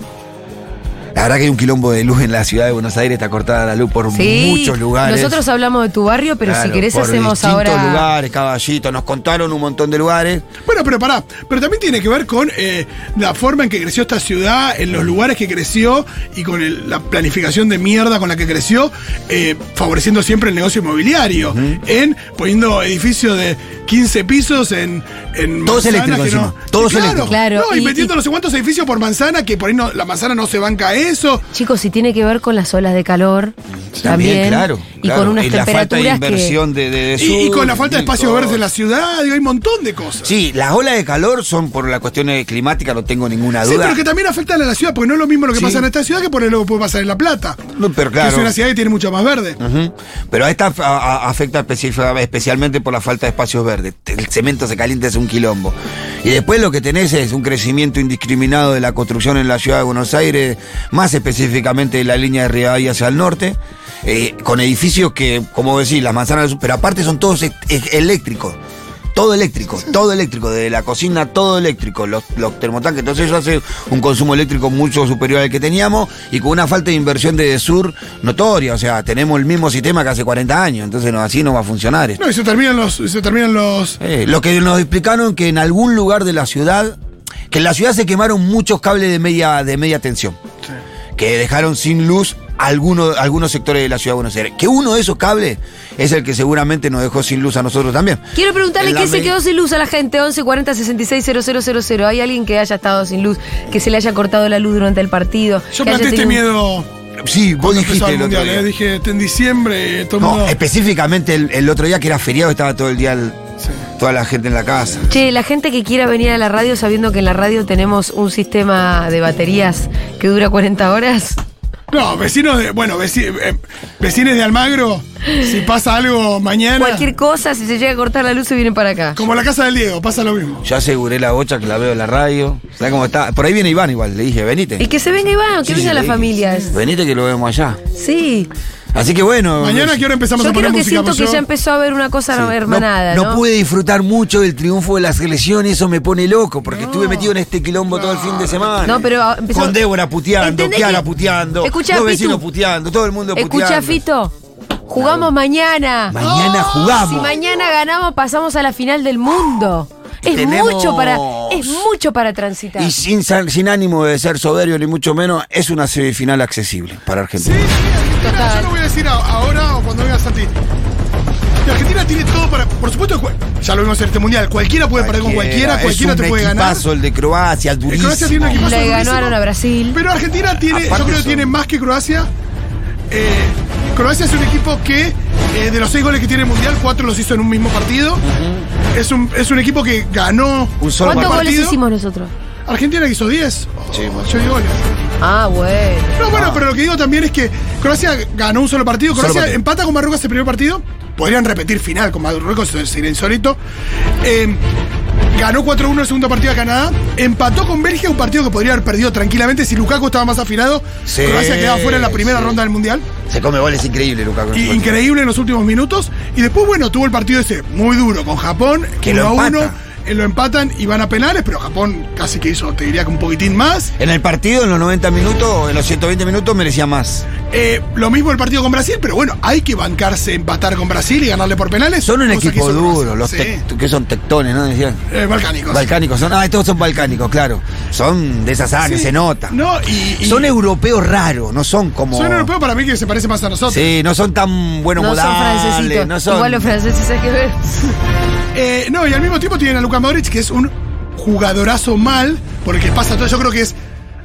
S3: La verdad que hay un quilombo de luz en la ciudad de Buenos Aires, está cortada la luz por
S1: Sí,
S3: muchos lugares.
S1: Nosotros hablamos de tu barrio, pero si
S3: Claro,
S1: querés
S3: por
S1: hacemos
S3: distintos
S1: ahora.
S3: lugares, caballito. Nos contaron un montón de lugares.
S2: Bueno, pero pará, pero también tiene que ver con eh, la forma en que creció esta ciudad, en los lugares que creció y con el- la planificación de mierda con la que creció, eh, favoreciendo siempre el negocio inmobiliario, en poniendo edificios de 15 pisos en, en
S3: Todos
S2: manzanas
S3: eléctricos
S2: que no-
S3: encima, todos
S2: Sí, claro,
S3: eléctricos.
S1: Claro,
S2: no, y,
S1: y-
S2: metiendo
S1: y-
S2: no sé cuántos edificios por manzana, que por ahí no- la manzana no se banca eso.
S1: Chicos, si tiene que ver con las olas de calor. También,
S3: claro.
S1: Y
S3: claro.
S1: con unas
S3: Y la falta
S1: temperaturas
S3: de
S1: que.
S3: inversión de, de- de
S2: Y, y con la
S3: sur,
S2: falta de
S3: y
S2: espacios
S3: con-
S2: verdes en la ciudad, digo, hay un montón de cosas.
S3: Sí, las olas de calor son por las cuestiones climáticas, no tengo ninguna
S2: Sí,
S3: duda.
S2: pero que también afectan a la ciudad, porque no es lo mismo lo que
S3: Sí.
S2: pasa en esta ciudad que por ahí lo que puede pasar en La Plata.
S3: No, pero
S2: Que es
S3: claro. Ah.
S2: una ciudad que tiene mucho más verde.
S3: Ujú. Pero a esta a- a- afecta específica- especialmente por la falta de espacios verdes. El cemento se calienta, es un quilombo. Y después lo que tenés es un crecimiento indiscriminado de la construcción en la ciudad de Buenos Aires, más específicamente de la línea de Rivadavia hacia el norte, eh, con edificios que, como decís, las manzanas del sur, pero aparte son todos e- e- eléctricos. Todo eléctrico, todo eléctrico, desde la cocina todo eléctrico, los, los termotanques. Entonces eso hace un consumo eléctrico mucho superior al que teníamos y con una falta de inversión de sur notoria. O sea, tenemos el mismo sistema que hace 40 años, entonces no, así no va a funcionar esto.
S2: No, y se terminan los. Se terminan los
S3: Eh, lo que nos explicaron que en algún lugar de la ciudad, que en la ciudad se quemaron muchos cables de media, de media tensión, que dejaron sin luz algunos, algunos sectores de la ciudad de Buenos Aires. Que uno de esos cables es el que seguramente nos dejó sin luz a nosotros también.
S1: Quiero preguntarle
S3: En la
S1: qué se
S3: me-
S1: quedó sin luz a la gente. 1140 66 000. ¿Hay alguien que haya estado sin luz? ¿Que se le haya cortado la luz durante el partido?
S2: yo
S1: que haya
S2: planteé este
S1: tenido un-
S2: miedo
S3: Sí, vos
S2: cuando empezó
S3: dijiste
S2: el
S3: el otro
S2: mundial.
S3: día.
S2: eh, Dije, en diciembre, eh, todo el
S3: No,
S2: mundo-
S3: específicamente el, el otro día que era feriado estaba todo el día el-
S2: Sí.
S3: toda la gente en la casa.
S1: Che, la gente que quiera venir a la radio sabiendo que en la radio tenemos un sistema de baterías que dura 40 horas.
S2: No, vecinos de. Bueno, veci- eh, vecines de Almagro, si pasa algo mañana.
S1: Cualquier cosa, si se llega a cortar la luz, se vienen para acá.
S2: Como la casa del Diego, pasa lo mismo.
S3: Yo aseguré la bocha que la veo en la radio. ¿Sabés cómo está? Por ahí viene Iván igual, le dije, venite.
S1: Y que se venga Iván, que
S3: Sí,
S1: vengan
S3: le
S1: las
S3: dije,
S1: familias.
S3: Venite que lo vemos allá.
S1: Sí.
S3: Así que bueno.
S2: Mañana, ¿a
S3: no-
S2: ¿qué hora empezamos
S1: Yo
S2: a poner
S1: creo que
S2: música?
S1: siento que
S2: Mayo?
S1: ya empezó a haber una cosa
S3: Sí.
S1: hermanada, ¿no?
S3: no pude disfrutar mucho del triunfo de la selección y eso me pone loco porque estuve metido en este quilombo todo el fin de semana.
S1: No, pero, ah, empezó-
S3: Con Débora puteando,
S1: ¿Entendés
S3: Kiara
S1: que-
S3: puteando,
S1: Escuchá,
S3: los
S1: Pitu.
S3: vecinos puteando, todo el mundo
S1: Escucha,
S3: puteando.
S1: Fito, jugamos mañana.
S3: Mañana
S1: Si
S3: jugamos.
S1: mañana ganamos, pasamos a la final del mundo. Es
S3: Tenemos-
S1: mucho para.
S3: Vamos.
S1: Es mucho para transitar.
S3: Y sin, san- sin ánimo de ser soberbio, ni mucho menos, es una semifinal accesible para
S2: Sí, sí,
S3: Argentina.
S2: Argentina,
S1: Total.
S2: yo lo voy a decir a- ahora o cuando venga Santi. Que Argentina tiene todo para. Por supuesto, cu- ya lo vimos en este mundial. Cualquiera puede perder con cualquiera,
S3: es
S2: cualquiera
S3: un
S2: te puede ganar.
S3: equipazo el de Croacia, el
S2: Eh,
S3: durísimo.
S2: Croacia tiene un equipazo
S1: Le
S2: durísimo,
S1: ganaron a Brasil.
S2: Pero Argentina tiene,
S3: Aparte
S2: yo creo que
S3: son-
S2: tiene más que Croacia. Eh, Croacia es un equipo que eh, de los seis goles que tiene el mundial, cuatro los hizo en un mismo partido. es, un, es un equipo que ganó.
S3: Un solo
S1: ¿Cuántos
S3: partido.
S1: goles
S2: partido.
S1: hicimos nosotros?
S2: Argentina hizo 10.
S3: Sí,
S2: o
S3: bueno.
S2: 8 goles.
S1: Ah, bueno.
S2: No, bueno, pero lo que digo también es que Croacia ganó un solo partido.
S3: Solo
S2: Croacia
S3: partido.
S2: empata con Marruecos el primer partido. Podrían repetir final con Marruecos, eso sería insólito. Eh, ganó 4-1 el segundo partido a Canadá. Empató con Bélgica, un partido que podría haber perdido tranquilamente si Lukaku estaba más afinado.
S3: Sí,
S2: Croacia quedaba fuera en la primera
S3: sí.
S2: ronda del Mundial.
S3: Se come goles increíble, Lucas.
S2: Y- increíble en los últimos minutos. Y después, bueno, tuvo el partido ese muy duro con Japón.
S3: Que
S2: uno
S3: lo
S2: a uno.
S3: empata.
S2: eh, Lo empatan y van a penales, pero Japón casi que hizo, te diría que un poquitín más.
S3: En el partido, en los 90 minutos, en los 120 minutos, merecía más.
S2: Eh, lo mismo el partido con Brasil, pero bueno, hay que bancarse, empatar con Brasil y ganarle por penales.
S3: Son un
S2: cosa que
S3: equipo
S2: hizo
S3: duro,
S2: Croacia.
S3: los
S2: Sí.
S3: tec- que son tectones, ¿no? Decían.
S2: Eh, balcánicos.
S3: Balcánicos son. Ah, estos son balcánicos, claro. Son de esa sangre,
S2: Sí.
S3: se nota.
S2: No, y, y
S3: Son europeos raros, no son como.
S2: son europeos para mí que se parece más a nosotros.
S3: Sí, no son tan buenos
S1: No son
S3: modales.
S1: francesitos.
S3: no son-
S1: Igual los franceses hay que ver.
S2: Eh, no, y al mismo tiempo tienen a Luka Modric, que es un jugadorazo mal, porque pasa todo. Yo creo que es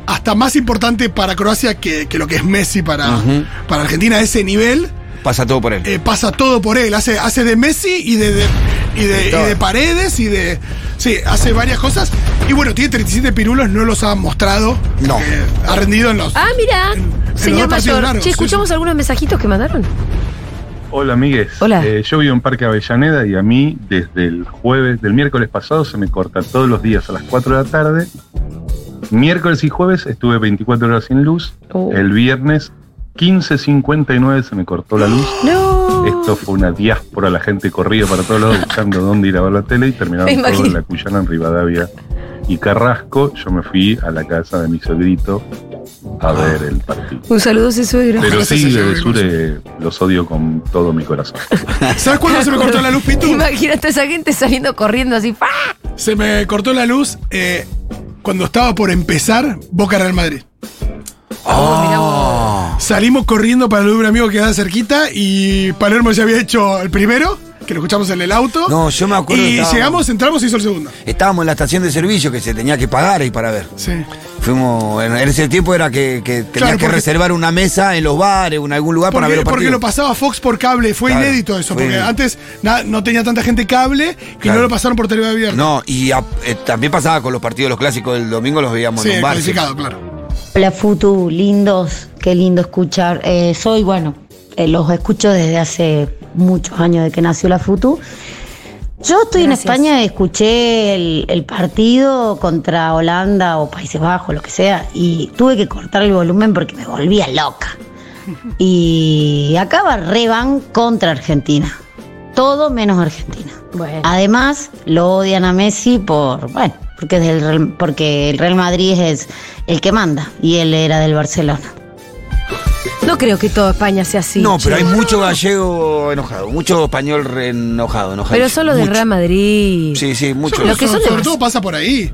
S2: hasta más importante para Croacia que, que lo que es Messi para,
S3: Ujú.
S2: para Argentina. Ese nivel
S3: Pasa todo por él.
S2: eh, pasa todo por él. Hace, hace de Messi y de, de- y, de,
S3: De todo.
S2: y de paredes y de. Sí, hace varias cosas. Y bueno, tiene 37 pirulos, no los ha mostrado.
S3: No.
S2: Eh, ha rendido en los.
S1: Ah, mira.
S2: En- en
S1: Señor
S2: los partidos
S1: Mayor.
S2: largos,
S1: Che,
S2: sí,
S1: ¿escuchamos
S2: sí.
S1: algunos mensajitos que mandaron?
S6: Hola, amigues.
S1: Hola.
S6: Eh, yo vivo en Parque Avellaneda y a mí, desde el jueves, del miércoles pasado, se me corta todos los días a las 4 de la tarde. Miércoles y jueves estuve 24 horas sin luz.
S1: Oh.
S6: El viernes, 15.59, se me cortó la luz.
S1: No.
S6: Esto fue una diáspora, la gente corría para todos lados buscando dónde ir a ver la tele y terminaron
S1: Me
S6: todos en
S1: imagino.
S6: la Cuyana, en Rivadavia y Carrasco. Yo me fui a la casa de mi suegrito a ver el partido.
S1: Un saludo a ese suegro.
S6: Pero
S2: se
S6: sí,
S2: lleve
S6: de
S2: el
S6: Sure los odio con todo mi corazón.
S1: (laughs)
S2: ¿Sabes cuándo se me cortó la luz, Pitu?
S1: Imagínate a esa gente saliendo corriendo así. ¡fa!
S2: Se me cortó la luz eh, cuando estaba por empezar Boca Real Madrid.
S1: Oh, mirá vos.
S2: Salimos corriendo para lo de un amigo que quedaba cerquita y Palermo ya había hecho el primero, que lo escuchamos en el auto.
S3: No, yo me acuerdo que
S2: Y
S3: estábamos-
S2: llegamos, entramos y hizo el segundo.
S3: Estábamos en la estación de servicio que se tenía que pagar ahí para ver.
S2: Sí.
S3: Fuimos, en en ese tiempo era que, que tenías
S2: Claro,
S3: que
S2: porque-
S3: reservar una mesa en los bares o en algún lugar Ah, para ver
S2: Porque,
S3: los
S2: porque
S3: partidos.
S2: lo pasaba Fox por cable, fue
S3: Claro,
S2: inédito eso,
S3: fue
S2: porque
S3: inédito.
S2: antes na- no tenía tanta gente cable y
S3: Claro.
S2: no lo pasaron por televisión abierta.
S3: No, y a- eh, también pasaba con los partidos, los clásicos del domingo los veíamos
S2: sí,
S3: en un bar.
S2: calificado, claro.
S7: Hola Futu, lindos, qué lindo escuchar. Eh, soy, bueno, eh, los escucho desde hace muchos años de que nació la Futu. Yo estoy en
S1: Gracias.
S7: España, escuché el, el partido contra Holanda o Países Bajos, lo que sea, y tuve que cortar el volumen porque me volvía loca. Y acaba Revan contra Argentina. Todo menos Argentina.
S1: Bueno.
S7: Además, lo odian a Messi por, bueno, porque, es del Real- porque el Real Madrid es el que manda y él era del Barcelona.
S1: No creo que toda España sea así.
S3: No, pero
S1: che.
S3: hay mucho gallego enojado, mucho español re- enojado, enojado.
S1: Pero solo del
S3: Mucho.
S1: Real Madrid.
S3: Sí, sí,
S2: Yo
S3: mucho.
S2: creo
S1: Lo que
S2: so-
S1: son de
S2: sobre
S1: más-
S2: todo pasa por ahí,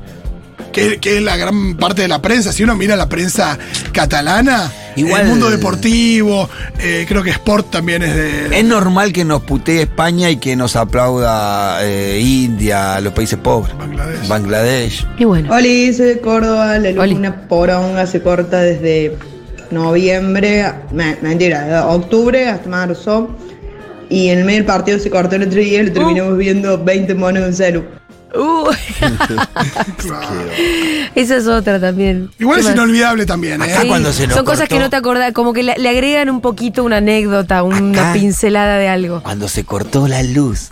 S2: que, que es la gran parte de la prensa. Si uno mira la prensa catalana,
S3: Igual-
S2: el mundo deportivo, eh, creo que Sport también es de...
S3: Es normal que nos putee España y que nos aplauda eh, India, los países pobres.
S2: Bangladesh.
S3: Bangladesh.
S1: Y bueno.
S8: Oli, soy de Córdoba, la
S1: Oli.
S8: luna poronga se corta desde noviembre, me- mentira, de octubre hasta marzo. Y en el medio del partido se cortó el otro día y lo terminamos
S1: Oh.
S8: viendo 20 monos en celu.
S1: (laughs)
S3: (laughs)
S1: Uh, esa es otra también.
S2: Igual
S1: ¿Qué
S2: es
S1: más?
S2: inolvidable también, ¿eh?
S3: Acá Ah, cuando se nos
S1: Son cosas
S3: cortó-
S1: que no te acordás, como que le, le agregan un poquito una anécdota, una
S3: Acá.
S1: pincelada de algo.
S3: Cuando se cortó la luz.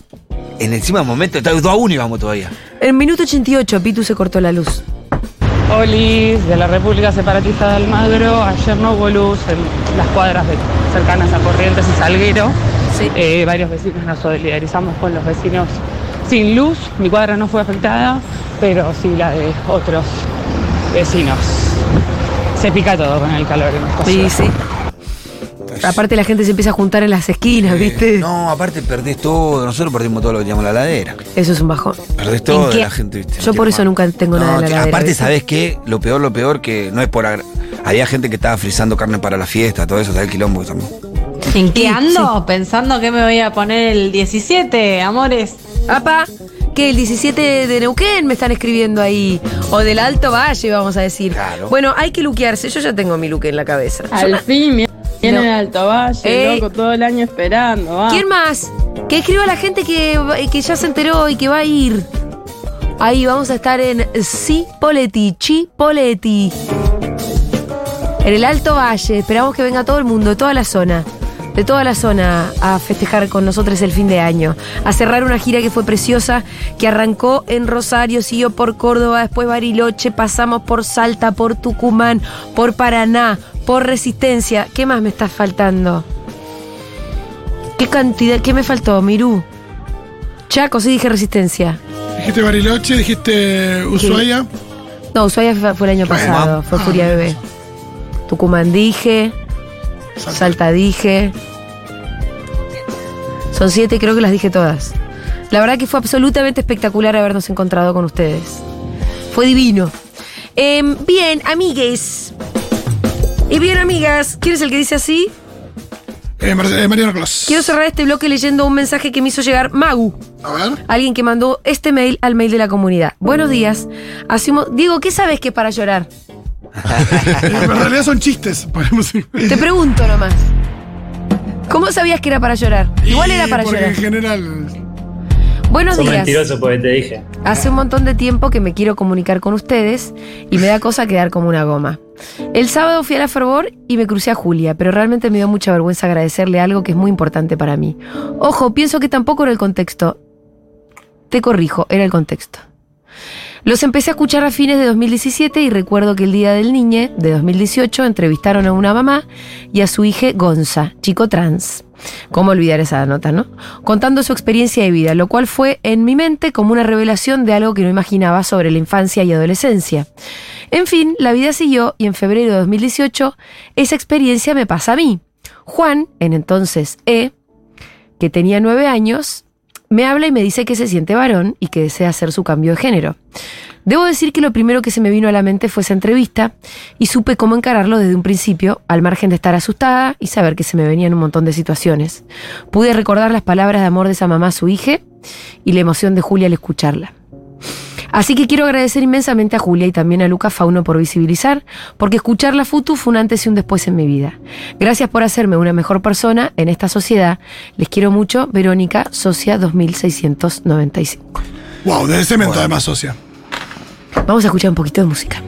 S3: En encima del momento, está 2 a 1 íbamos todavía.
S1: En minuto 88, Pitu se cortó la luz.
S9: Olis de la República Separatista de Almagro. Ayer no hubo luz en las cuadras de- cercanas a Corrientes y Salguero.
S1: Sí.
S9: Eh, varios vecinos nos solidarizamos con los vecinos sin luz. Mi cuadra no fue afectada, pero sí la de otros vecinos. Se pica todo con el calor en esta ciudad.
S1: Sí, sí. aparte la gente se empieza a juntar en las esquinas, ¿viste?
S3: No, aparte perdés todo. Nosotros perdimos todo lo que teníamos en la ladera.
S1: Eso es un bajón.
S3: Perdés
S1: ¿En
S3: todo de
S1: qué?
S3: la gente, ¿viste?
S1: Yo por eso nunca tengo nada en la
S3: que-
S1: heladera,
S3: Aparte,
S1: ¿viste?
S3: ¿sabés qué? Lo peor, lo peor que no es por. agra- Había gente que estaba frizando carne para la fiesta, todo eso, ¿sabés el quilombo que estamos?
S10: ¿En qué ando? Pensando que me voy a poner el 17, amores.
S1: Apa, que el 17 de Neuquén me están escribiendo ahí. O del Alto Valle, vamos a decir.
S3: Claro.
S1: Bueno, hay que luquearse. Yo ya tengo mi luque en la cabeza. Yo
S4: Al
S1: la-
S4: fin, mi- viene el Alto Valle,
S1: Ey.
S4: loco, todo el año esperando.
S9: Ah.
S4: va.
S1: ¿Quién más? Que escriba la gente que, eh, que ya se enteró y que va a ir. Ahí vamos a estar en Cipoletti, Chipoleti. En el Alto Valle. Esperamos que venga todo el mundo, de toda la zona. De toda la zona a festejar con nosotros el fin de año. A cerrar una gira que fue preciosa, que arrancó en Rosario, siguió por Córdoba, después Bariloche, pasamos por Salta, por Tucumán, por Paraná, por Resistencia. ¿Qué más me está faltando? ¿Qué cantidad? ¿Qué me faltó, Mirú? Chaco, sí dije resistencia.
S2: Dijiste Bariloche, dijiste Ushuaia.
S1: No, Ushuaia Ah. fue, fue el año
S3: Tucumán.
S1: pasado, fue Furia Bebé. Tucumán dije, Salta dije. Son siete, creo que las dije todas. La verdad que fue absolutamente espectacular habernos encontrado con ustedes. Fue divino. Em, bien, amigues. Y bien, amigas, ¿quién es el que dice así?
S2: Eh, Mar- eh, Mariano Clos.
S1: Quiero cerrar este bloque leyendo un mensaje que me hizo llegar Magu.
S2: A ver. (laughs)
S1: alguien que mandó este mail al mail de la comunidad.
S2: Mm.
S1: Buenos días. Asumo, Diego, ¿qué sabes que es para llorar?
S2: Eh, en realidad son chistes. ponemos-
S1: Te pregunto nomás. ¿Cómo sabías que era para llorar? Igual era
S2: Y
S1: para
S2: porque
S1: llorar.
S2: En general.
S1: Buenos
S5: Sos
S1: días.
S5: mentiroso porque te dije.
S1: Hace un montón de tiempo que me quiero comunicar con ustedes y me da cosa quedar como una goma. El sábado fui a la Fervor y me crucé a Julia, pero realmente me dio mucha vergüenza agradecerle algo que es muy importante para mí. Ojo, pienso que tampoco era el contexto. Te corrijo, era el contexto. Los empecé a escuchar a fines de 2017 y recuerdo que el día del niño de 2018 entrevistaron a una mamá y a su hija Gonza, chico trans. ¿Cómo olvidar esa nota, no? Contando su experiencia de vida, lo cual fue en mi mente como una revelación de algo que no imaginaba sobre la infancia y adolescencia. En fin, la vida siguió y en febrero de 2018 esa experiencia me pasa a mí. Juan, en entonces E, que tenía nueve años, me habla y me dice que se siente varón y que desea hacer su cambio de género. Debo decir que lo primero que se me vino a la mente fue esa entrevista y supe cómo encararlo desde un principio, al margen de estar asustada y saber que se me venían un montón de situaciones. Pude recordar las palabras de amor de esa mamá a su hija y la emoción de Julia al escucharla. Así que quiero agradecer inmensamente a Julia y también a Lucas Fauno por visibilizar, porque escuchar la Futu fue un antes y un después en mi vida. Gracias por hacerme una mejor persona en esta sociedad. Les quiero mucho, Verónica, Socia 2695.
S2: Wow, de cemento además, socia.
S1: Vamos a escuchar un poquito de música.